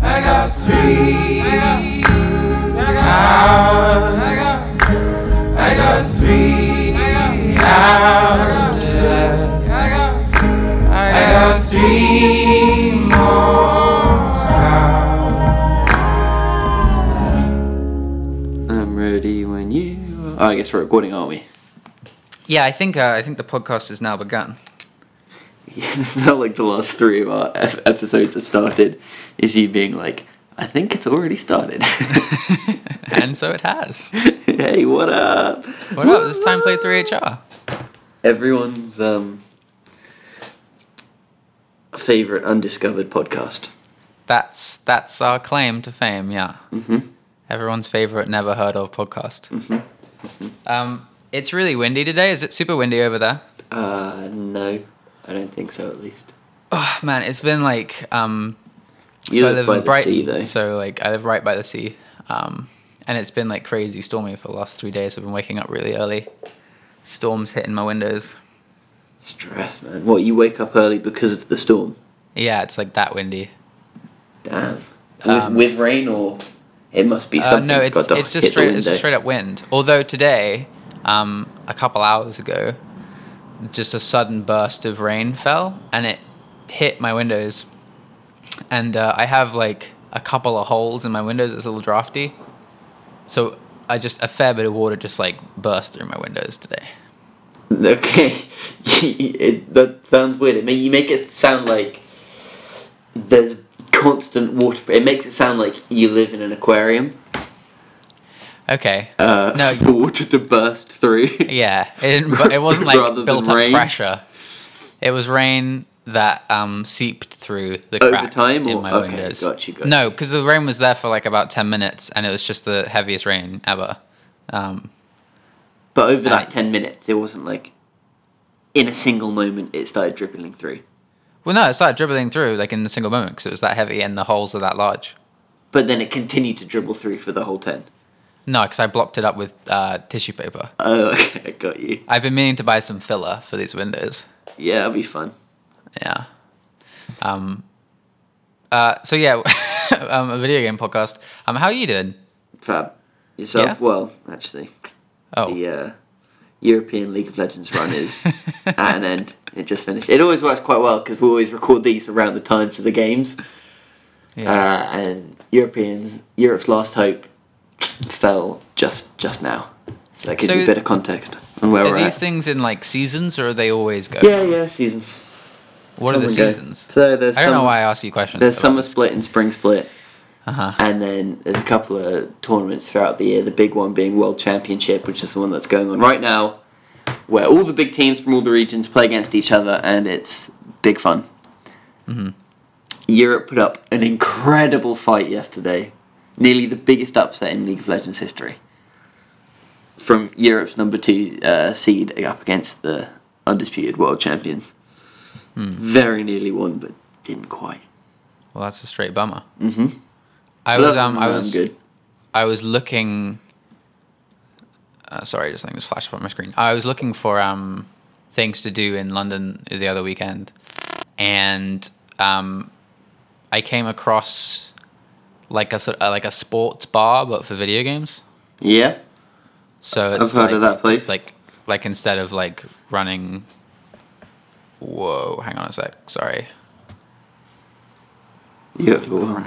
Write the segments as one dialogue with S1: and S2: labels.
S1: got three. I got, I got, I got three hours left. I got three more hours.
S2: I'm ready when you. Oh, I guess we're recording, aren't we?
S3: Yeah, I think uh, I think the podcast has now begun.
S2: Yeah, it felt like the last three of our ep- episodes have started. Is you being like, I think it's already started.
S3: and so it has.
S2: hey, what up?
S3: What up? It's time play 3HR.
S2: Everyone's um favorite undiscovered podcast.
S3: That's that's our claim to fame, yeah. Mm-hmm. Everyone's favorite never heard of podcast. Um, it's really windy today. Is it super windy over there?
S2: Uh, no, I don't think so. At least
S3: Oh, man, it's been like um,
S2: you
S3: so I
S2: live
S3: live
S2: by
S3: in
S2: the
S3: Brighton,
S2: sea, though.
S3: so like I live right by the sea, um, and it's been like crazy stormy for the last three days. I've been waking up really early. Storms hitting my windows.
S2: Stress, man. What you wake up early because of the storm?
S3: Yeah, it's like that windy.
S2: Damn. with, with rain or it must be
S3: Um, Uh,
S2: something.
S3: no, it's,
S2: got to
S3: it's just
S2: hit
S3: straight
S2: the
S3: it's just
S2: window.
S3: straight up wind. Although today, um, a couple hours ago, just a sudden burst of rain fell and it hit my windows, and uh, I have like a couple of holes in my windows. It's a little drafty, so I just a fair bit of water just like burst through my windows today.
S2: Okay, it, that sounds weird. It make, you make it sound like there's constant water. It makes it sound like you live in an aquarium.
S3: Okay.
S2: Uh,
S3: No.
S2: for water to burst through.
S3: Yeah, it didn't, but it wasn't
S2: Rather
S3: like
S2: than
S3: built up
S2: rain?
S3: pressure. It was rain that um, seeped through the
S2: Over
S3: cracks
S2: time
S3: in
S2: or-
S3: my
S2: okay,
S3: windows.
S2: gotcha, gotcha.
S3: No, because the rain was there for like about ten minutes, and it was just the heaviest rain ever. Um,
S2: But over that
S3: Right.
S2: ten minutes, it wasn't like in a single moment it started dribbling through.
S3: well, no, it started dribbling through like in the single moment because it was that heavy and the holes are that large.
S2: But then it continued to dribble through for the whole ten.
S3: No, because I blocked it up with uh, tissue paper.
S2: Oh, okay, got you.
S3: I've been meaning to buy some filler for these windows.
S2: Yeah, that'll be fun.
S3: Yeah. Um. Uh. So yeah, um, a video game podcast. Um. How are you doing?
S2: Fab. Yourself?
S3: Yeah.
S2: Well, actually,
S3: Oh.
S2: the uh, European League of Legends run is at an end. It just finished. It always works quite well because we always record these around the times of the games.
S3: Yeah.
S2: Uh, and Europeans, Europe's last hope fell just just now. So that gives
S3: So-
S2: you a bit of context on where
S3: Are
S2: we're at.
S3: these things in like seasons, or are they always go?
S2: yeah, yeah, seasons.
S3: What are
S2: Come
S3: the
S2: and go.
S3: seasons?
S2: So there's
S3: I don't
S2: some,
S3: know why I asked you questions.
S2: There's
S3: about
S2: summer
S3: this.
S2: split and spring split.
S3: Uh-huh.
S2: And then there's a couple of tournaments throughout the year. The big one being World Championship, which is the one that's going on right now, where all the big teams from all the regions play against each other, and it's big fun.
S3: Mm-hmm.
S2: Europe put up an incredible fight yesterday, nearly the biggest upset in League of Legends history. From Europe's number two uh, seed up against the undisputed world champions.
S3: Hmm.
S2: Very nearly won, but didn't quite.
S3: Well, that's a straight bummer. Mm-hmm. I
S2: But
S3: was
S2: other
S3: um
S2: than
S3: I
S2: that, I'm
S3: was
S2: good.
S3: I was looking. Uh, sorry, just something just flashed up on my screen. I was looking for um things to do in London the other weekend, and um I came across like a sort uh, like a sports bar but for video games.
S2: Yeah.
S3: So it's
S2: heard of
S3: like-
S2: that place.
S3: just Like, like instead of like running. Whoa! Hang on a sec. Sorry.
S2: You have one.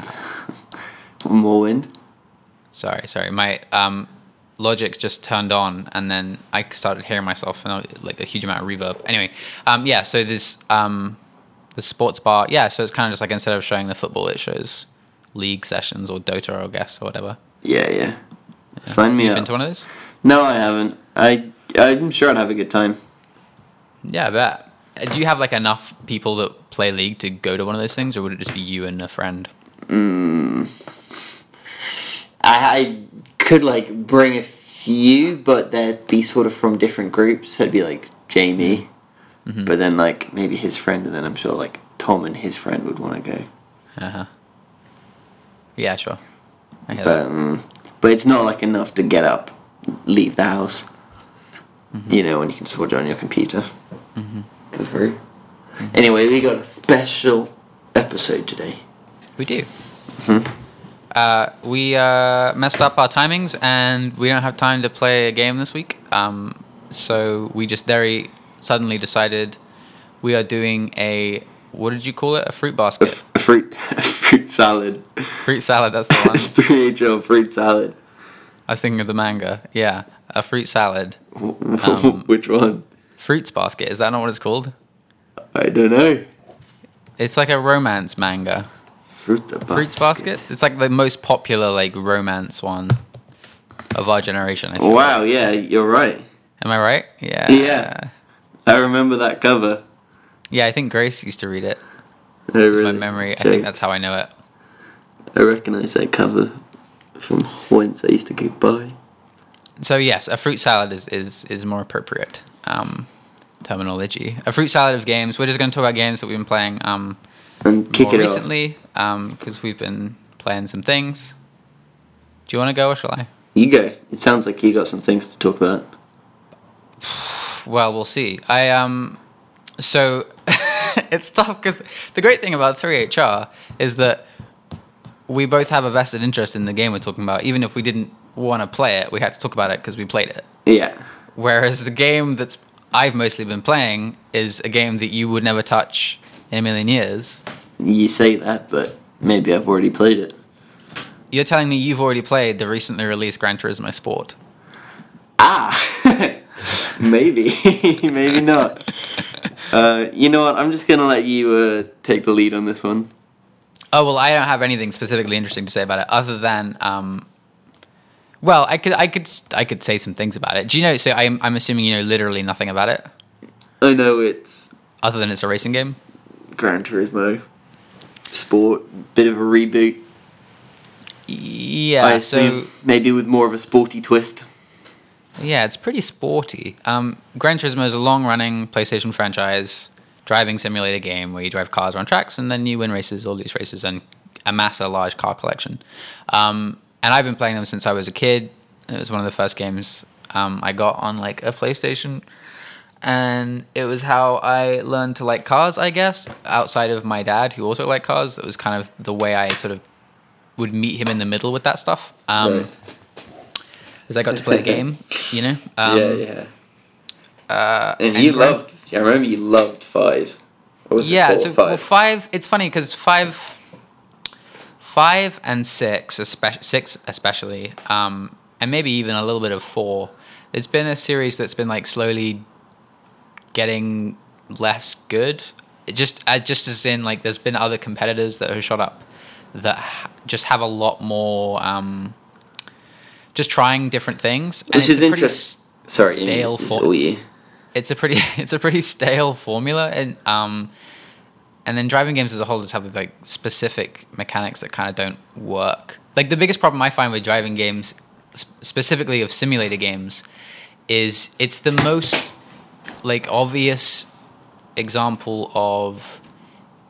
S2: More wind.
S3: Sorry. Sorry. My um, Logic just turned on, and then I started hearing myself and I was- like a huge amount of reverb. Anyway, um, yeah. So this um, the sports bar. Yeah. So it's kind of just like instead of showing the football, it shows league sessions or Dota, I guess, or whatever.
S2: Yeah, yeah. Sign me
S3: You've been
S2: up.
S3: to one of those?
S2: No, I haven't. I I'm sure I'd have a good time.
S3: Yeah, I bet. Uh, Do you have like enough people that play League to go to one of those things, or would it just be you and a friend?
S2: I, I could like bring a few, but they'd be sort of from different groups. So it'd be like Jamie,
S3: Mm-hmm.
S2: but then like maybe his friend, and then I'm sure like Tom and his friend would want to go.
S3: Uh-huh. Yeah, sure. I hear
S2: But um, but it's not like enough to get up, leave the house.
S3: Mm-hmm.
S2: You know, when you can just watch it on your computer for free. Anyway, we got a special episode today.
S3: that. We do. Uh, we uh, messed up our timings, and we don't have time to play a game this week. Um, so we just very suddenly decided we are doing a what did you call it? A fruit
S2: A,
S3: basket,
S2: f- a fruit, a fruit salad.
S3: fruit salad. That's the one.
S2: Three HL fruit salad.
S3: I was thinking of the manga. Yeah, a fruit salad, Um,
S2: Which one?
S3: fruits basket. Is that not what it's called?
S2: I don't know.
S3: It's like a romance manga.
S2: Fruit the basket.
S3: Fruits basket. It's like the most popular like romance one of our generation. I feel.
S2: Wow. Yeah, you're right.
S3: Am I right? Yeah.
S2: Yeah. I remember that cover.
S3: Yeah, I think Grace used to read it.
S2: I really,
S3: My memory. I think
S2: don't-
S3: that's how I know it.
S2: I recognise that cover from whence I used to go by.
S3: So yes, a fruit salad is is is more appropriate um, terminology. A fruit salad of games. We're just going to talk about games that we've been playing um,
S2: And kick
S3: more
S2: it off.
S3: recently because we've been playing some things. Do you want to go or shall I?
S2: You go. It sounds like you got some things to talk about.
S3: Well, we'll see. I um, so it's tough because the great thing about 3HR is that we both have a vested interest in the game we're talking about. Even if we didn't want to play it, we had to talk about it because we played it.
S2: Yeah.
S3: Whereas the game that's I've mostly been playing is a game that you would never touch in a million years.
S2: You say that, but maybe I've already played it.
S3: You're telling me you've already played the recently released Gran Turismo Sport.
S2: Ah! maybe. maybe not. Uh, you know what? I'm just going to let you uh, take the lead on this one.
S3: Oh well, I don't have anything specifically interesting to say about it, other than, um, well, I could, I could, s- I could say some things about it. Do you know? So I'm, I'm assuming you know literally nothing about it,
S2: I know it's
S3: other than it's a racing game.
S2: Gran Turismo, sport, bit of a reboot. I
S3: Yeah. Uh, So
S2: assume maybe with more of a sporty twist.
S3: yeah, it's pretty sporty. Um, Gran Turismo is a long-running PlayStation franchise driving simulator game where you drive cars around tracks and then you win races or lose races and amass a large car collection. Um, and I've been playing them since I was a kid. It was one of the first games um, I got on like a PlayStation. and it was how I learned to like cars, I guess, outside of my dad, who also liked cars. It was kind of the way I sort of would meet him in the middle with that stuff. Um,
S2: Right.
S3: As I got to play the game, you know? Um,
S2: yeah, yeah. Uh, and,
S3: and
S2: you
S3: Gran-
S2: loved. I remember you loved five. Or was
S3: yeah,
S2: it four,
S3: so
S2: five?
S3: well, five. It's funny because five, five and six, especially six especially, um, and maybe even a little bit of four. It's been a series that's been like slowly getting less good. It just uh, just as in like there's been other competitors that have shot up that ha- just have a lot more. Um, just trying different things, and
S2: Which
S3: it's
S2: is
S3: a pretty
S2: interesting. Sorry, Ian,
S3: stale
S2: this is
S3: for-
S2: all you.
S3: it's a pretty it's a pretty stale formula and um and then driving games as a whole just have like specific mechanics that kind of don't work like the biggest problem i find with driving games sp- specifically of simulator games is it's the most like obvious example of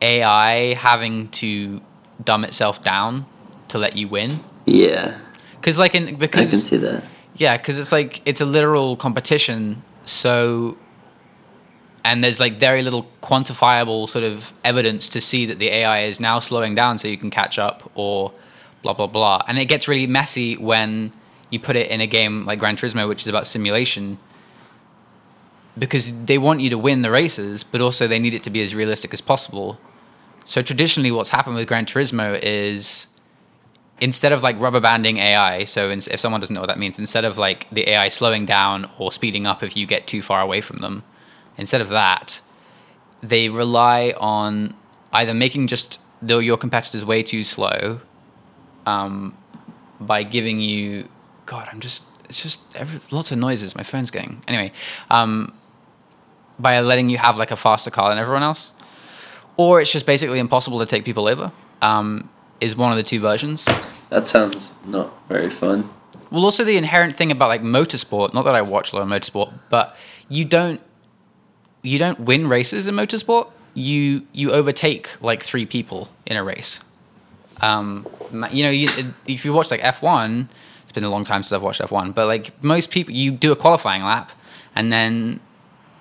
S3: ai having to dumb itself down to let you win
S2: Yeah,
S3: because like in
S2: I can
S3: because
S2: see that.
S3: yeah, because it's like it's a literal competition, so and there's like very little quantifiable sort of evidence to see that the AI is now slowing down so you can catch up or blah blah blah. And it gets really messy when you put it in a game like Gran Turismo, which is about simulation, because they want you to win the races, but also they need it to be as realistic as possible. So traditionally, what's happened with Gran Turismo is instead of like rubber banding AI, so in, if someone doesn't know what that means, instead of like the AI slowing down or speeding up if you get too far away from them, instead of that, they rely on either making just though your competitors way too slow, um, by giving you God, I'm just it's just every, lots of noises. My phone's going anyway. Um, by letting you have like a faster car than everyone else, or it's just basically impossible to take people over. Um, is one of the two versions.
S2: That sounds not very fun.
S3: Well, also the inherent thing about like motorsport. Not that I watch a lot of motorsport, but you don't you don't win races in motorsport. You you overtake like three people in a race. Um, ma- you know, you, if you watch like F one, it's been a long time since I've watched F one, but like most people, you do a qualifying lap, and then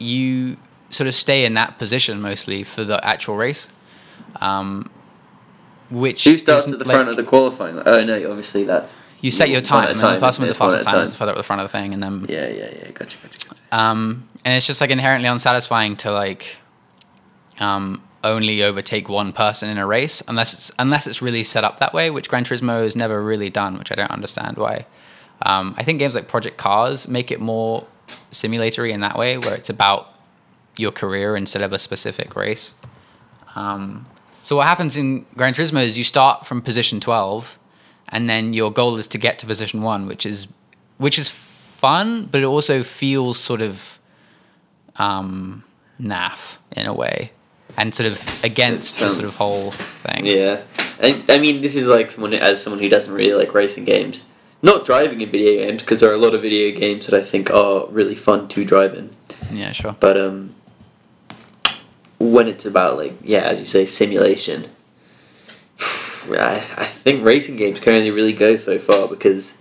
S3: you sort of stay in that position mostly for the actual race. Um, which
S2: Who starts
S3: isn't,
S2: at the
S3: like-
S2: front of the qualifying? li- Oh no, obviously that's
S3: You set your
S2: one at
S3: time,
S2: a
S3: and the person with
S2: isn't
S3: the
S2: it? One
S3: fastest
S2: at a
S3: time is the further at the front of the thing, and then
S2: Yeah, yeah, yeah. Gotcha, gotcha. gotcha.
S3: um, and it's just like inherently unsatisfying to like um, only overtake one person in a race unless it's unless it's really set up that way, which Gran Turismo has never really done, which I don't understand why. Um, I think games like Project Cars make it more simulatory in that way, where it's about your career instead of a specific race. Um, so what happens in Gran Turismo is you start from position twelve, and then your goal is to get to position one, which is which is fun, but it also feels sort of um, naff in a way, and sort of against the sort of
S2: sounds-
S3: whole thing.
S2: Yeah, I, I mean, this is like someone as someone who doesn't really like racing games, not driving in video games because there are a lot of video games that I think are really fun to drive in.
S3: Yeah, sure.
S2: But um, when it's about like yeah, as you say, simulation. I, I think racing games can only really go so far because,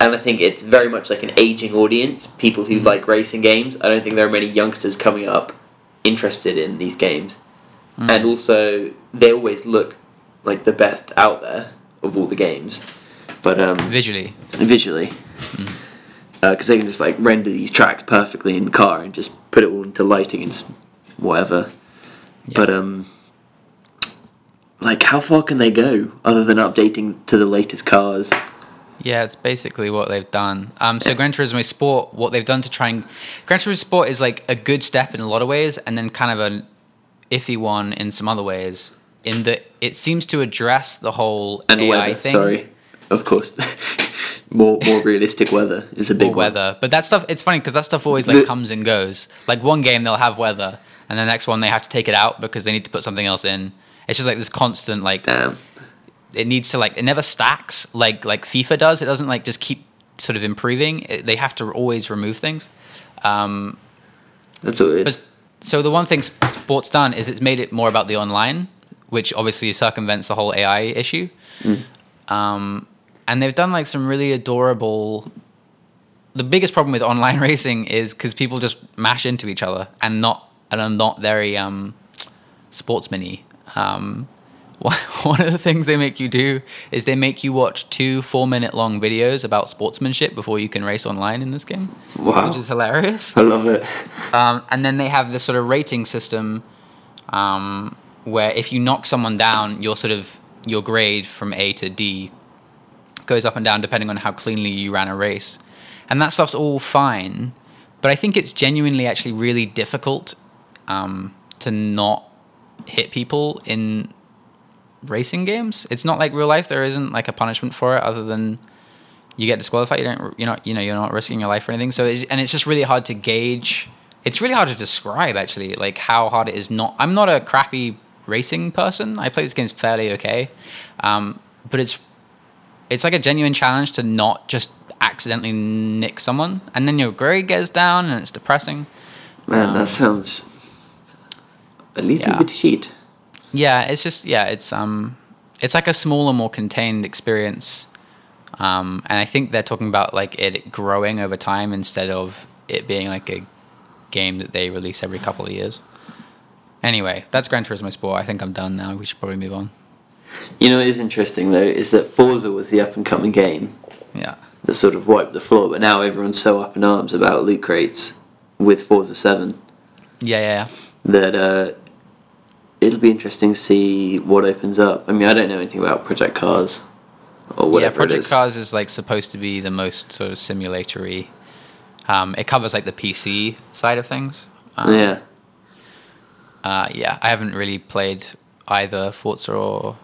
S2: and I think it's very much like an aging audience. People who like racing games. I don't think there are many youngsters coming up interested in these games, and also they always look like the best out there of all the games. But um,
S3: Visually,
S2: visually because they can just like render these tracks perfectly in the car and just put it all into lighting and s- whatever but um like how far can they go other than updating to the latest cars
S3: Yeah, it's basically what they've done. Um, so Gran Turismo Sport, what they've done to try and Gran Turismo Sport is like a good step in a lot of ways, and then kind of an iffy one in some other ways. In that it seems to address the whole
S2: and
S3: AI
S2: weather
S3: thing,
S2: sorry of course more more realistic weather is a big
S3: or weather. But that stuff, it's funny because that stuff always like
S2: The-
S3: comes and goes. Like one game they'll have weather, and the next one they have to take it out because they need to put something else in. It's just like this constant like
S2: one. damn
S3: it needs to like it never stacks like like FIFA does. It doesn't like just keep sort of improving. It, they have to always remove things. Um,
S2: that's all it
S3: but
S2: is
S3: so the one thing s- sports done is it's made it more about the online, which obviously circumvents the whole AI issue. Um, and they've done like some really adorable. The biggest problem with online racing is because people just mash into each other and not and are not very um, sportsmany. Um, one one of the things they make you do is they make you watch two four minute long videos about sportsmanship before you can race online in this game,
S2: Wow.
S3: which is hilarious.
S2: i love it
S3: Um, and then they have this sort of rating system um, where if you knock someone down, your sort of your grade from A to D goes up and down depending on how cleanly you ran a race. And that stuff's all fine, but I think it's genuinely actually really difficult um, to not hit people in racing games. It's not like real life. There isn't like a punishment for it other than you get disqualified. You don't. You're not. You know. You're not risking your life or anything. So it's, and it's just really hard to gauge. It's really hard to describe actually, like how hard it is. Not. I'm not a crappy racing person. I play these games fairly okay, um, but it's it's like a genuine challenge to not just accidentally nick someone, and then your grade goes down, and it's depressing.
S2: man that sounds a little
S3: Um, Yeah.
S2: bit shit
S3: Yeah, it's just yeah, it's um, it's like a smaller, more contained experience, um, and I think they're talking about like it growing over time instead of it being like a game that they release every couple of years. Anyway, that's Gran Turismo Sport. I think I'm done now. We should probably move on.
S2: you know what is interesting though is that forza was the up and coming game
S3: Yeah,
S2: that sort of wiped the floor, but now everyone's so up in arms about loot crates with Forza 7
S3: yeah, yeah. yeah.
S2: that uh, it'll be interesting to see what opens up. I mean, I don't know anything about Project Cars or whatever
S3: yeah,
S2: it
S3: Project
S2: is.
S3: Cars is like supposed to be the most sort of simulatory. Um, it covers like the PC side of things. Um,
S2: yeah,
S3: Uh, yeah, I haven't really played either Forza or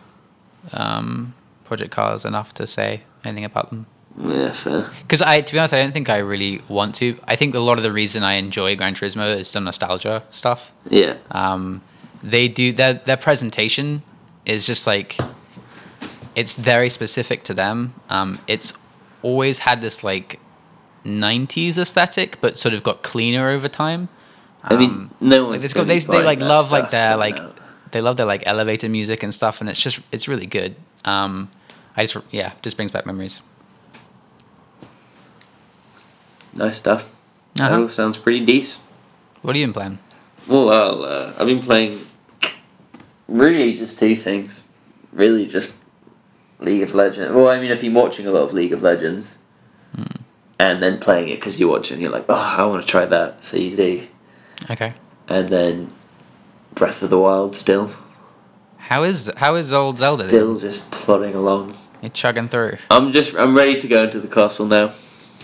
S3: um, Project Cars enough to say anything about them.
S2: yeah, fair.
S3: Because I, to be honest, I don't think I really want to. I think a lot of the reason I enjoy Gran Turismo is the nostalgia stuff.
S2: Yeah,
S3: Um, they do their their presentation is just like it's very specific to them. Um, it's always had this like '90s aesthetic, but sort of got cleaner over time.
S2: I mean, no
S3: um, Like
S2: one's
S3: it's got
S2: gonna
S3: they,
S2: be
S3: they
S2: buying
S3: like
S2: that
S3: love like
S2: stuff
S3: their
S2: right
S3: like
S2: now.
S3: they love their like elevator music and stuff and it's just it's really good. Um I just yeah, just brings back memories.
S2: nice stuff. That
S3: Uh-huh.
S2: all sounds pretty decent.
S3: What have you been playing?
S2: Well, uh, I've been playing really just two things. Really just League of Legends. Well, I mean, I've been watching a lot of League of Legends, and then playing it because you watch it and you're like, oh, I want to try that. So you do,
S3: Okay.
S2: and then Breath of the Wild still,
S3: How is how is old Zelda? doing?
S2: still just plodding along.
S3: You chugging through.
S2: I'm just I'm ready to go into the castle now.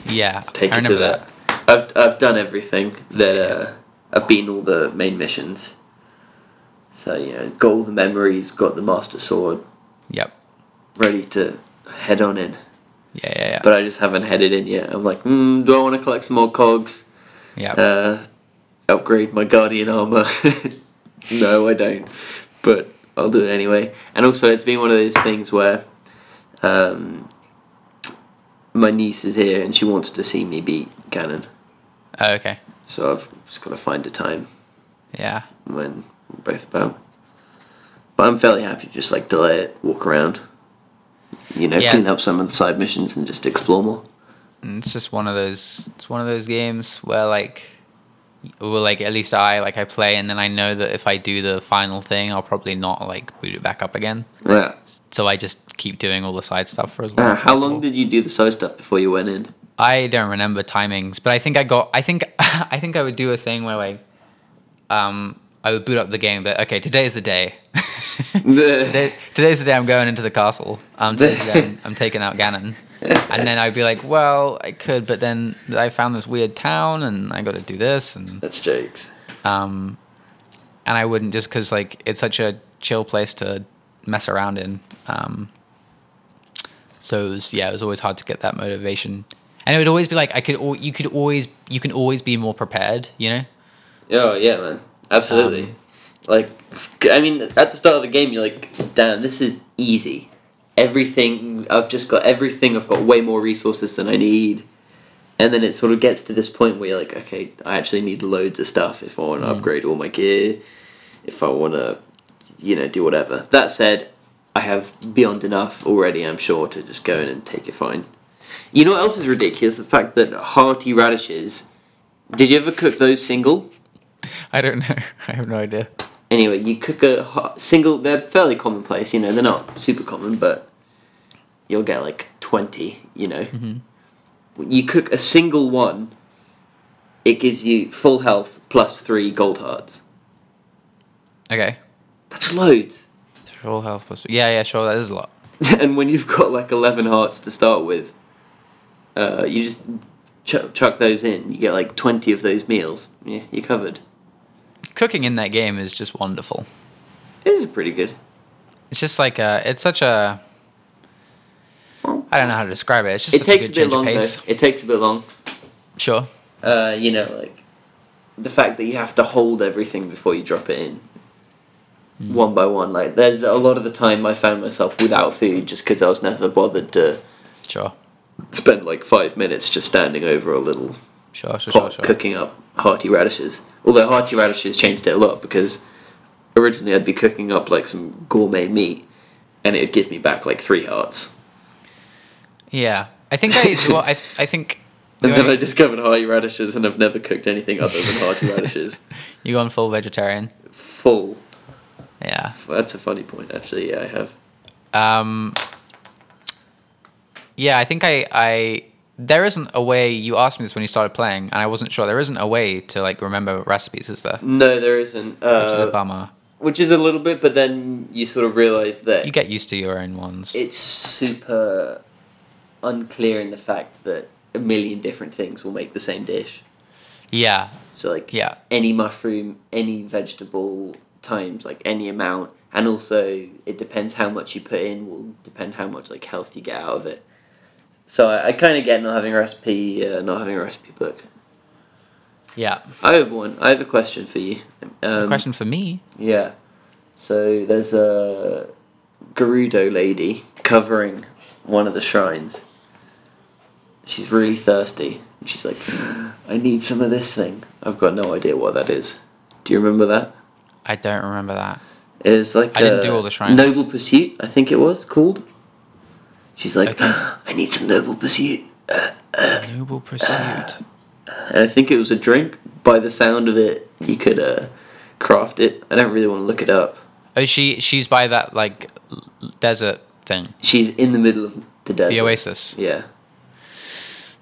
S3: Yeah,
S2: Take
S3: I
S2: it to
S3: remember
S2: that.
S3: that.
S2: I've I've done everything that uh, I've beaten all the main missions. So you know, got all the memories, got the master sword,
S3: Yep.
S2: ready to head on in.
S3: Yeah, yeah, yeah.
S2: But I just haven't headed in yet. I'm like, mm, do I want to collect some more cogs?
S3: Yep.
S2: Uh, upgrade my guardian armor? no, I don't. But I'll do it anyway. And also, it's been one of those things where um, my niece is here and she wants to see me beat Ganon.
S3: oh, okay.
S2: So I've just got to find a time
S3: Yeah.
S2: when we're both about. But I'm fairly happy to just like delay it, walk around, you know,
S3: Yes.
S2: clean up some of the side missions and just explore more.
S3: And it's just one of those it's one of those games where like well like at least I like I play and then I know that if I do the final thing I'll probably not like boot it back up again.
S2: Yeah.
S3: So I just keep doing all the side stuff for as long
S2: Uh,
S3: as
S2: how
S3: possible.
S2: long did you do the side stuff before you went in?
S3: I don't remember timings, but I think I got. I think I think I would do a thing where like, um, I would boot up the game. But okay, today is the day. today, today's the day I'm going into the castle. Um, today's the day I'm, I'm taking out Ganon, and then I'd be like, well, I could, but then I found this weird town, and I got to do this, and
S2: That's jokes.
S3: um, and I wouldn't just because like it's such a chill place to mess around in. Um, so it was, yeah, it was always hard to get that motivation, and it would always be like I could, al- you could always, you can always be more prepared, you know?
S2: Oh yeah, man, absolutely.
S3: Um,
S2: like, I mean, at the start of the game, you're like, "Damn, this is easy. Everything I've just got, everything I've got, way more resources than I need." And then it sort of gets to this point where you're like, "Okay, I actually need loads of stuff if I want to upgrade all my gear, if I want to, you know, do whatever." That said, I have beyond enough already. I'm sure to just go in and take it fine. You know what else is ridiculous? The fact that hearty radishes. Did you ever cook those single?
S3: I don't know. I have no idea.
S2: Anyway, you cook a ho- single. They're fairly commonplace, you know. They're not super common, but you'll get like twenty. You know,
S3: Mm-hmm.
S2: you cook a single one. It gives you full health plus three gold hearts.
S3: Okay,
S2: That's loads.
S3: full health plus. Yeah, yeah, sure. That is a lot.
S2: and when you've got like eleven hearts to start with, uh, you just chuck, chuck those in. You get like twenty of those meals. Yeah, you're covered.
S3: Cooking in that game is just wonderful.
S2: It is pretty good.
S3: It's just like a, it's such a. I don't know how to describe it. It's just
S2: It
S3: such
S2: takes
S3: a
S2: a
S3: good
S2: bit
S3: change
S2: long
S3: of
S2: though.
S3: pace.
S2: It takes a bit long.
S3: Sure.
S2: uh, you know, like the fact that you have to hold everything before you drop it in,
S3: Mm.
S2: one by one. Like, there's a lot of the time I found myself without food just because I was never bothered to
S3: Sure.
S2: spend like five minutes just standing over a little
S3: Sure. Sure. Sure.
S2: pot
S3: Sure.
S2: cooking up hearty radishes. Although hearty radishes changed it a lot because originally I'd be cooking up like some gourmet meat, and it would give me back like three hearts.
S3: Yeah, I think I. Well, I, th- I think.
S2: And
S3: you
S2: then I
S3: going-
S2: discovered hearty radishes, and I've never cooked anything other than hearty radishes.
S3: you gone full vegetarian.
S2: Full
S3: Yeah.
S2: Well, that's a funny point, actually. Yeah, I have.
S3: Um. Yeah, I think I. I there isn't a way. You asked me this when you started playing, and I wasn't sure. There isn't a way to like remember recipes, is there?
S2: No, there isn't. Uh,
S3: Which is a bummer.
S2: little bit, but then you sort of realize that
S3: You get used to your own ones.
S2: it's super unclear in the fact that a million different things will make the same dish.
S3: yeah.
S2: So, like,
S3: Yeah.
S2: any mushroom, any vegetable, times like any amount, and also it depends how much you put in will depend how much like health you get out of it. So I, I kind of get not having a recipe, uh, not having a recipe book.
S3: Yeah.
S2: I have one. I have a question for you. Um,
S3: Question for me.
S2: Yeah. So there's a Gerudo lady covering one of the shrines. She's really thirsty. And she's like, I need some of this thing. I've got no idea what that is. Do you remember that?
S3: I don't remember that.
S2: It was like
S3: I didn't
S2: uh,
S3: do all the shrines.
S2: Noble Pursuit, I think it was called. She's like,
S3: Okay.
S2: I need some Noble Pursuit.
S3: Noble pursuit.
S2: And I think it was a drink. By the sound of it, you could uh, craft it. I don't really want to look it up.
S3: Oh, she she's by that like l- desert thing,
S2: She's in the middle of the desert.
S3: the oasis.
S2: Yeah.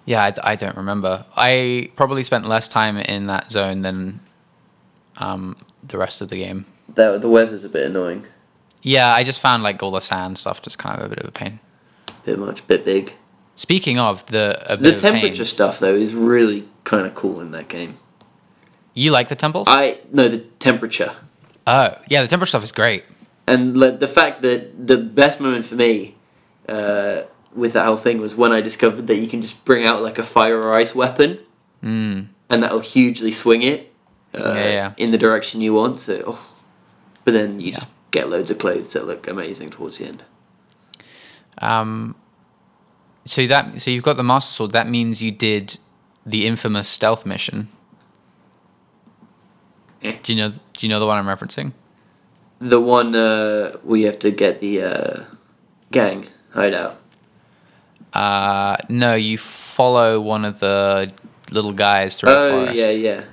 S3: Yeah, I d- I, don't remember. I probably spent less time in that zone than um, the rest of the game.
S2: The, the weather's a bit annoying.
S3: Yeah, I just found like all the sand stuff just kind of a bit of a pain.
S2: Bit much, bit big.
S3: Speaking of the a
S2: The
S3: bit of pain,
S2: temperature stuff though is really kind of cool in that game.
S3: you like the temples?
S2: I no the temperature
S3: oh, yeah, the temperature stuff is great.
S2: and like, the fact that the best moment for me uh, with that whole thing was when I discovered that you can just bring out like a fire or ice weapon,
S3: Mm.
S2: and that'll hugely swing it uh,
S3: Yeah, yeah.
S2: in the direction you want. So, oh. but then you
S3: Yeah.
S2: just get loads of clothes that look amazing towards the end.
S3: Um, so that so you've got the master sword. That means you did the infamous stealth mission.
S2: Eh.
S3: Do you know? Do you know the one I'm referencing?
S2: The one uh, where you have to get the uh, gang hideout.
S3: Uh, no, you follow one of the little guys through the
S2: Oh
S3: forest.
S2: yeah, yeah,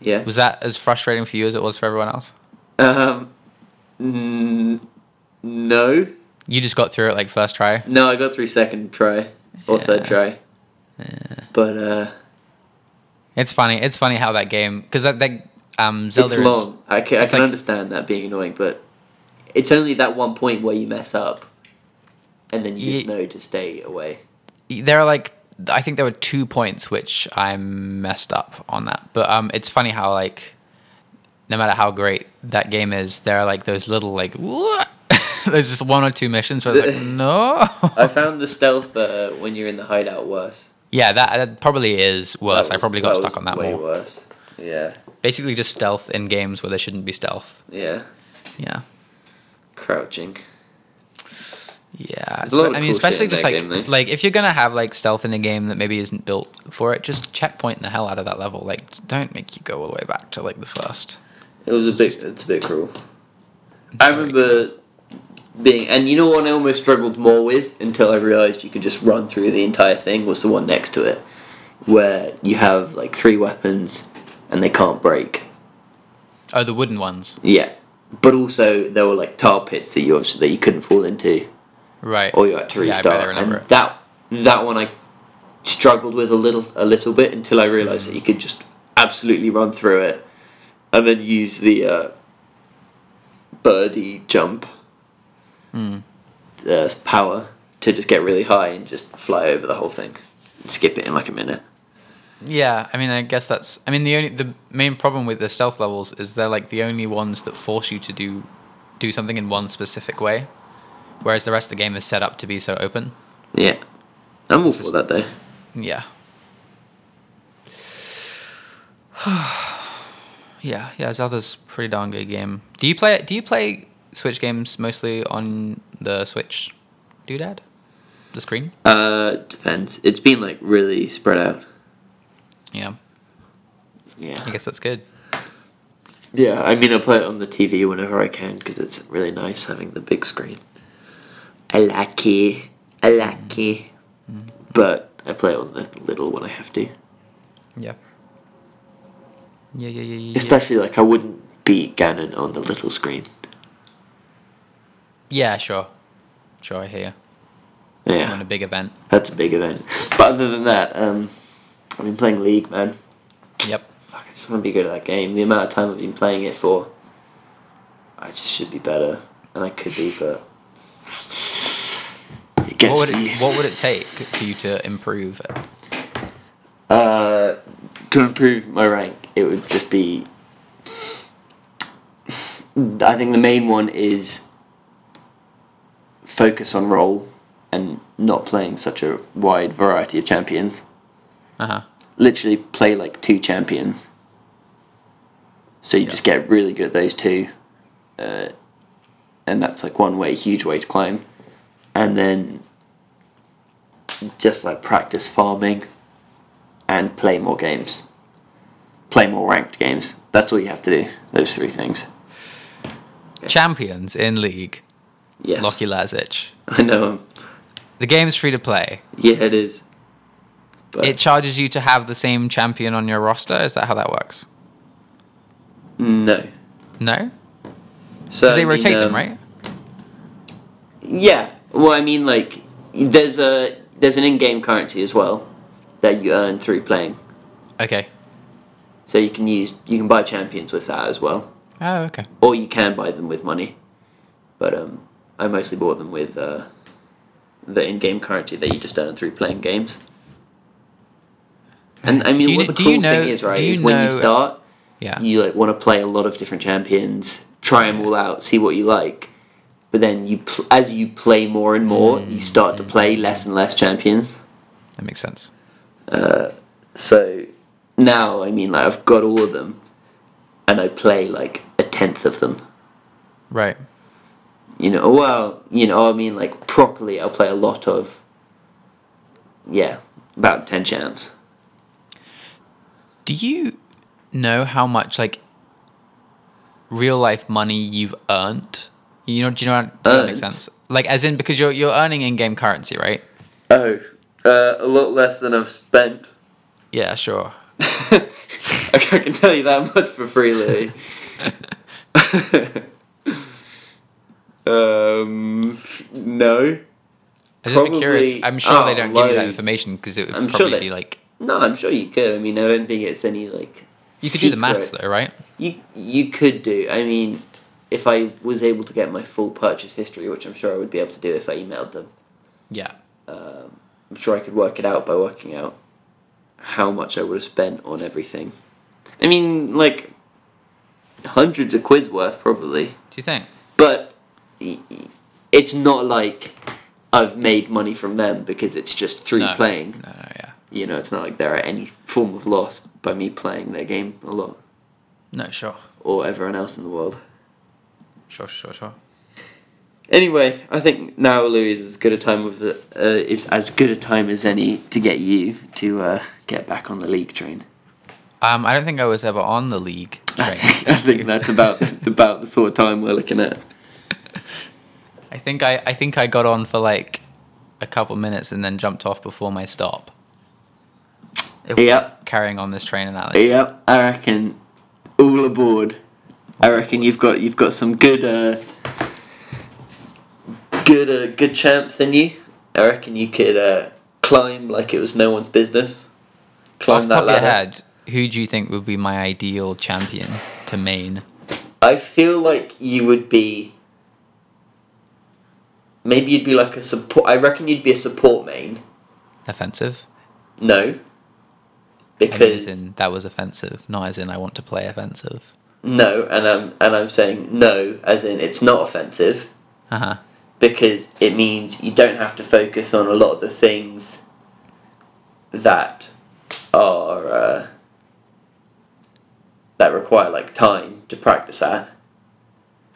S2: yeah.
S3: Was that as frustrating for you as it was for everyone else?
S2: Um, n- no,
S3: You just got through it like first try.
S2: no, I got through second try or third try, but uh,
S3: It's funny. It's funny how that game because that, that um Zelda
S2: it's
S3: is-
S2: long. I can, I
S3: it's
S2: can
S3: like-
S2: understand that being annoying, but it's only that one point where you mess up, and then you just
S3: Ye-
S2: know to stay away.
S3: there are like I think there were two points which I messed up on that. But um it's funny how like no matter how great that game is, there are like those little like what there's just one or two missions where it's like no.
S2: I found the stealth uh, when you're in the hideout worse.
S3: yeah, that, that probably is worse.
S2: That
S3: I
S2: was-
S3: probably got
S2: that
S3: stuck
S2: was
S3: on that
S2: way
S3: more.
S2: worse. Yeah,
S3: Basically just stealth in games where there shouldn't be stealth.
S2: yeah,
S3: Yeah.
S2: crouching.
S3: Yeah,
S2: There's a lot
S3: but-
S2: of
S3: I mean,
S2: cool shit
S3: especially
S2: in
S3: just
S2: that
S3: like
S2: game, though.
S3: like if you're gonna have like stealth in a game that maybe isn't built for it, just checkpoint the hell out of that level. Like, don't make you go all the way back to like the first.
S2: It was a bit.
S3: just-
S2: It's a bit cruel. I
S3: Very
S2: remember being, and you know what I almost struggled more with until I realized you could just run through the entire thing was the one next to it, where you have like three weapons and they can't break.
S3: Oh, the wooden ones,
S2: Yeah, but also there were like tar pits that you obviously that you couldn't fall into,
S3: right?
S2: or you had to
S3: Yeah, I
S2: restart.
S3: barely remember
S2: and
S3: it.
S2: Oh, that that one I struggled with a little a little bit until I realized that you could just absolutely run through it, and then use the uh, birdie jump
S3: Mm.
S2: uh, power to just get really high and just fly over the whole thing, and skip it in like a minute.
S3: Yeah, I mean, I guess that's. I mean, the only the main problem with the stealth levels is they're like the only ones that force you to do do something in one specific way, whereas the rest of the game is set up to be so open.
S2: Yeah, I'm all for that though.
S3: Yeah. yeah, yeah, Zelda's a pretty darn good game. Do you play do you play Switch games mostly on the Switch doodad? The screen?
S2: Uh, depends. It's been like really spread out.
S3: Yeah.
S2: Yeah.
S3: I guess that's good.
S2: Yeah, I mean, I play it on the TV whenever I can because it's really nice having the big screen. I like it. I like it.
S3: Mm-hmm.
S2: But I play it on the little when I have to.
S3: Yeah. Yeah, yeah, yeah, yeah. Yeah,
S2: Especially, like, I wouldn't beat Ganon on the little screen.
S3: yeah sure. Sure, I hear you. On a
S2: Yeah,
S3: big event.
S2: that's a big event. But other than that, um, I've been playing League, man.
S3: Yep.
S2: Fuck, I just want to be good at that game. The amount of time I've been playing it for, I just should be better. And I could be, but. It gets
S3: What would
S2: to you.
S3: it what would it take for you to improve it?
S2: Uh, to improve my rank, it would just be. I think the main one is focus on role and not playing such a wide variety of champions.
S3: Uh-huh.
S2: Literally play like two champions. So you just get really good at those two. Uh, and that's like one way, huge way to climb. And then just like practice farming and play more games. Play more ranked games. That's all you have to do. Those three things.
S3: Champions in League,
S2: Yes.
S3: Lucky Lazic.
S2: I know 'em.
S3: The game's free to play.
S2: Yeah, it is. But
S3: It charges you to have the same champion on your roster. Is that how that works?
S2: no.
S3: No.
S2: So
S3: they
S2: I mean,
S3: rotate them,
S2: um,
S3: right?
S2: Yeah. Well, I mean, like there's a there's an in-game currency as well that you earn through playing.
S3: Okay.
S2: So you can use you can buy champions with that as well,
S3: Oh, okay.
S2: or you can buy them with money. But um, I mostly bought them with uh, the in-game currency that you just earn through playing games. And I mean,
S3: Do you
S2: what
S3: kn-
S2: the
S3: do
S2: cool
S3: you know-
S2: thing is, right,
S3: do you
S2: is when you
S3: know-
S2: start,
S3: Yeah.
S2: you like want to play a lot of different champions, try them all out, see what you like. But then you, pl- as you play more and more, you start to play less and less champions.
S3: That makes sense.
S2: So now, I mean, like I've got all of them, and I play like a tenth of them.
S3: Right.
S2: You know, well, you know, I mean, like properly, I'll play a lot of. Yeah, about ten champs.
S3: Do you know how much like real life money you've earned? You know, do you know how does that
S2: Earned?
S3: makes sense? Like as in because you're you're earning in game currency, right?
S2: Oh, uh, a lot less than I've spent.
S3: Yeah, sure.
S2: I can tell you that much for free, Louis. um, no.
S3: I'm just be curious.
S2: Probably-
S3: I'm sure they
S2: oh,
S3: don't give you that
S2: loads.
S3: information because it would
S2: I'm sure
S3: probably
S2: they-
S3: be like
S2: No, I'm sure you could. I mean, I don't think it's any like.
S3: you could do the maths though, right?
S2: You you could do. I mean, if I was able to get my full purchase history, which I'm sure I would be able to do if I emailed them,
S3: Yeah.
S2: I'm sure I could work it out by working out how much I would have spent on everything. I mean, like hundreds of quid's worth probably.
S3: Do you think?
S2: but it's not like I've made money from them because it's just through
S3: No.
S2: playing.
S3: No, no, yeah.
S2: You know, it's not like there are any form of loss by me playing their game a lot
S3: No, sure.
S2: or everyone else in the world.
S3: Sure, sure, sure.
S2: Anyway, I think now Louis is as good a time with the, uh, is as good a time as any to get you to uh, get back on the league train.
S3: Um, I don't think I was ever on the league.
S2: I
S3: train.
S2: think, I think that's about about the sort of time we're looking at.
S3: I think I, I think I got on for like a couple minutes and then jumped off before my stop. If we
S2: Yep.
S3: keep Carrying on this train analogy.
S2: Yep, I reckon all aboard. I reckon you've got you've got some good uh, good uh, good champs in you. I reckon you could uh, climb like it was no one's business. Climb
S3: Off the
S2: that
S3: top of your
S2: ladder.
S3: head, who do you think would be my ideal champion to main?
S2: I feel like you would be. Maybe you'd be like a support. I reckon you'd be a support main.
S3: Offensive?
S2: No.
S3: I mean, as
S2: Because
S3: in that was offensive, not as in I want to play offensive.
S2: no, and I'm and I'm saying no, as in it's not offensive.
S3: Uh huh.
S2: because it means you don't have to focus on a lot of the things that are uh, that require like time to practice at.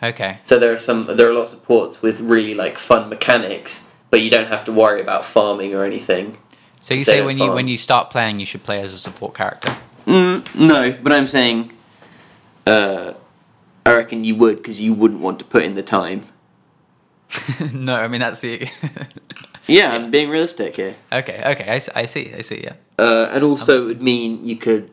S3: Okay.
S2: So there are some there are lots of ports with really like fun mechanics, but you don't have to worry about farming or anything.
S3: So you
S2: Say
S3: say
S2: a
S3: when you when
S2: farm.
S3: you start playing, you should play as a support character.
S2: Mm, no, but I'm saying, uh, I reckon you would because you wouldn't want to put in the time.
S3: no, I mean that's the.
S2: Yeah, I'm being realistic here.
S3: okay, okay, I, s- I see, I see, yeah.
S2: Uh, and also, it would mean you could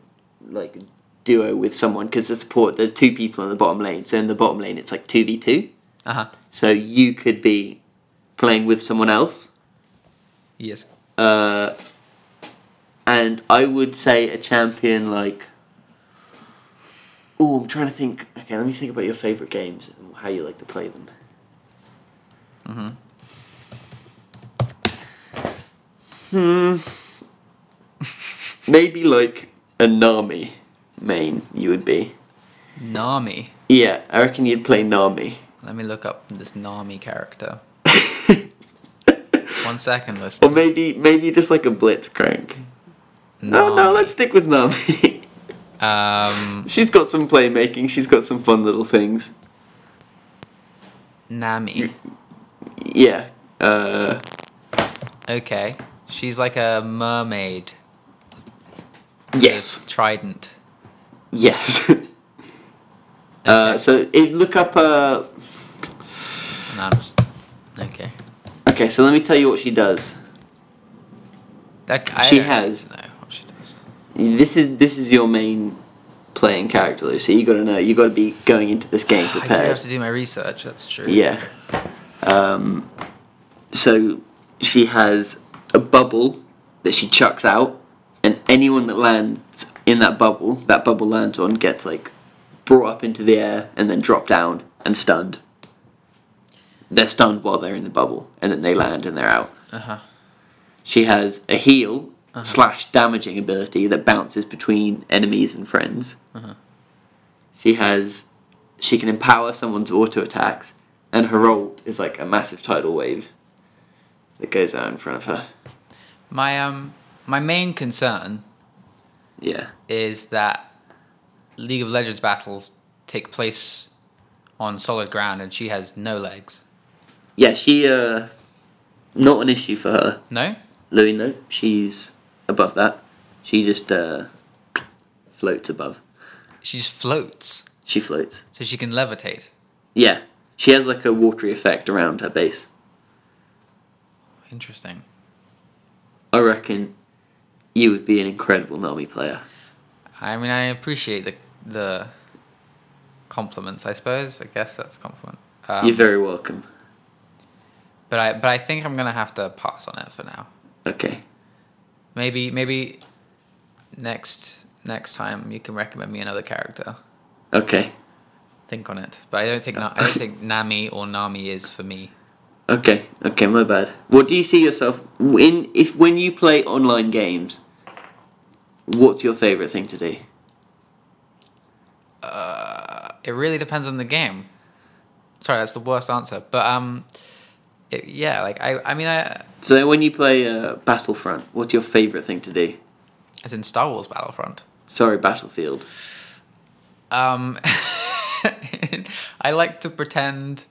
S2: like duo with someone because the support there's two people in the bottom lane. So in the bottom lane, it's like two v two.
S3: Uh huh.
S2: So you could be playing with someone else.
S3: Yes.
S2: Uh, and I would say a champion like. Oh, I'm trying to think. Okay, let me think about your favorite games and how you like to play them. Mm-hmm. Hmm. Maybe like a Nami main you would be.
S3: Nami.
S2: Yeah, I reckon you'd play Nami.
S3: Let me look up this Nami character. One second, let's.
S2: or maybe maybe just like a Blitzcrank. Oh, No, no, let's stick with Nami.
S3: Um,
S2: She's got some playmaking. She's got some fun little things.
S3: Nami.
S2: Yeah. Uh,
S3: Okay. She's like a mermaid.
S2: yes.
S3: Trident.
S2: Yes. uh, so it, look up. Uh,
S3: No, I'm just- okay.
S2: okay, so let me tell you what she does.
S3: That, I
S2: She
S3: don't
S2: has-
S3: know what she does.
S2: This is this is your main playing character though, so you got to know you got to be going into this game
S3: Ah, I do have
S2: prepared.
S3: to do my research. That's true.
S2: Yeah. Um, so she has a bubble that she chucks out, and anyone that lands in that bubble, that bubble lands on, gets like brought up into the air and then dropped down and stunned. They're stunned while they're in the bubble, and then they land and they're out.
S3: Uh huh.
S2: She has a heal slash damaging ability that bounces between enemies and friends. She has she can empower someone's auto attacks, and her ult is like a massive tidal wave that goes out in front of her.
S3: My um my main concern
S2: Yeah,
S3: is that League of Legends battles take place on solid ground and she has no legs.
S2: yeah. She uh, not an issue for her.
S3: No?
S2: Louis, no, she's above that. She just uh, floats above.
S3: She just floats.
S2: She floats.
S3: So she can levitate.
S2: Yeah, she has like a watery effect around her base.
S3: Interesting.
S2: I reckon you would be an incredible Nami player.
S3: I mean I appreciate the the compliments, I suppose. I guess that's a compliment. Um,
S2: You're very welcome.
S3: but I but I think I'm gonna have to pass on it for now.
S2: Okay.
S3: Maybe maybe next next time you can recommend me another character.
S2: Okay.
S3: Think on it. But I don't think Na- I don't think Nami or Nami is for me.
S2: Okay. Okay, my bad. What do you see yourself in if when you play online games? What's your favorite thing to do?
S3: It really depends on the game. Sorry, that's the worst answer. But um, it, yeah, like I I mean I
S2: So when you play uh, Battlefront, what's your favorite thing to do?
S3: it's in Star Wars Battlefront.
S2: Sorry, Battlefield.
S3: Um, I like to pretend.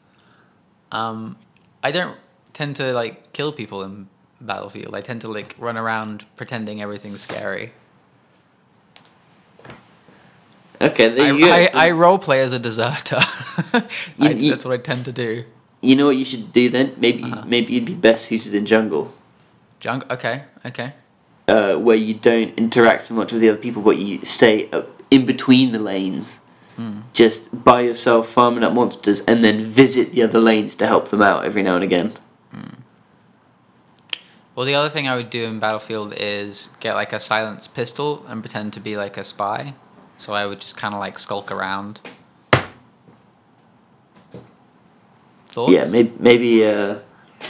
S3: Um, I don't tend to like kill people in Battlefield. I tend to like run around pretending everything's scary.
S2: Okay, there you go.
S3: I,
S2: So
S3: I, I role play as a deserter. I-
S2: You- you-
S3: that's what I tend to do.
S2: you know what you should do then? Maybe
S3: Uh-huh.
S2: maybe you'd be best suited in jungle,
S3: Junk. Okay. Okay.
S2: uh, where you don't interact so much with the other people, but you stay uh, in between the lanes,
S3: Hmm.
S2: just by yourself farming up monsters, and then visit the other lanes to help them out every now and again.
S3: Well, the other thing I would do in Battlefield is get like a silenced pistol and pretend to be like a spy. So I would just kind of like skulk around. Thoughts?
S2: Yeah, maybe maybe. Uh,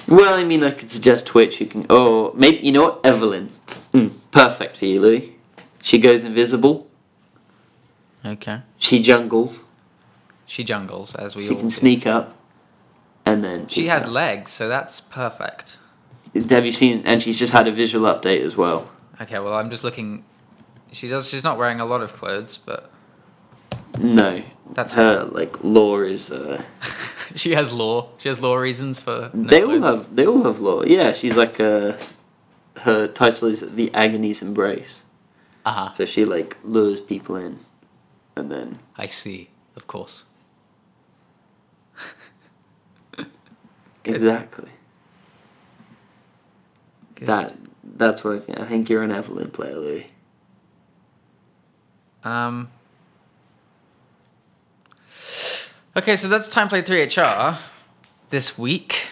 S2: well, I mean, I could suggest Twitch. You can. Oh, maybe you know what, Evelyn. Mm, perfect for you, Louis. She goes invisible.
S3: Okay.
S2: She jungles.
S3: She jungles as we
S2: She
S3: all.
S2: can
S3: do.
S2: sneak up, and then
S3: She
S2: she's
S3: has
S2: out.
S3: legs, so that's perfect.
S2: Have you seen? And she's just had a visual update as well.
S3: Okay, well I'm just looking. She does. She's not wearing a lot of clothes, but
S2: No,
S3: That's
S2: her. Like lore is. Uh,
S3: she has law. She has law reasons for. No
S2: they all
S3: clothes.
S2: have. They all have lore. Yeah, she's like. Uh, her title is the Agony's Embrace.
S3: Uh-huh.
S2: So she like lures people in, and then
S3: I see. Of course.
S2: exactly.
S3: Good.
S2: That that's what I think. I think you're an Evelyn player, Louis.
S3: Um. Okay, so that's Time Play 3HR this week.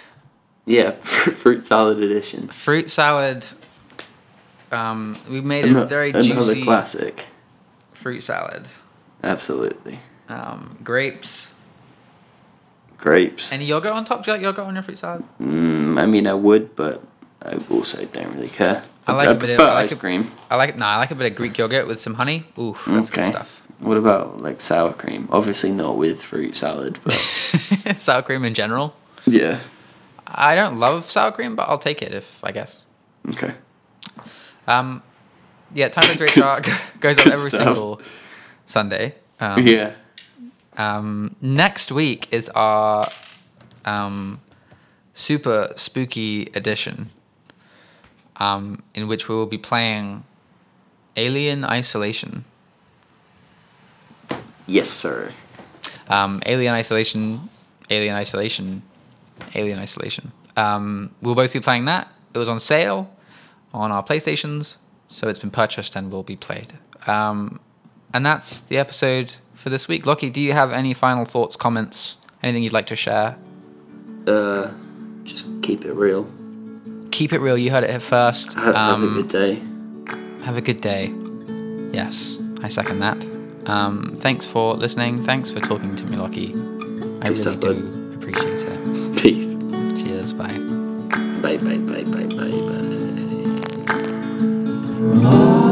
S2: Yeah, fruit, fruit salad edition.
S3: Fruit salad. Um, we made a
S2: Ano-
S3: very
S2: another
S3: juicy
S2: classic.
S3: fruit salad.
S2: Absolutely.
S3: Um, grapes.
S2: Grapes.
S3: Any yogurt on top? Do you like yogurt on your fruit salad?
S2: Mm, I mean, I would, but I also don't really care.
S3: I like
S2: I
S3: a bit of-
S2: prefer
S3: I like
S2: ice
S3: a-
S2: cream.
S3: I like no, I like a bit of Greek yogurt with some honey. Oof, that's
S2: Okay.
S3: good stuff.
S2: What about like sour cream? Obviously not with fruit salad, but
S3: sour cream in general.
S2: yeah.
S3: I don't love sour cream, but I'll take it if I guess.
S2: Okay.
S3: Um, yeah, time for three o'clock goes up
S2: Good
S3: every
S2: stuff.
S3: single Sunday. Um,
S2: Yeah.
S3: um, next week is our um, super spooky edition, um, in which we will be playing Alien Isolation.
S2: Yes, sir.
S3: um, Alien Isolation, Alien Isolation, Alien Isolation. Um, we'll both be playing that. It was on sale on our PlayStations, so it's been purchased and will be played. Um, and that's the episode for this week. Lockie, do you have any final thoughts, comments, anything you'd like to share?
S2: Uh, just keep it real.
S3: Keep it real. You heard it here first.
S2: Ha- Have a
S3: Um,
S2: good day.
S3: Have a good day. Yes, I second that. Um, thanks for listening. Thanks for talking to me, Lockie. I
S2: Good
S3: really
S2: stuff,
S3: do appreciate it.
S2: Peace.
S3: Cheers. Bye.
S2: Bye bye bye bye bye bye.
S1: Oh.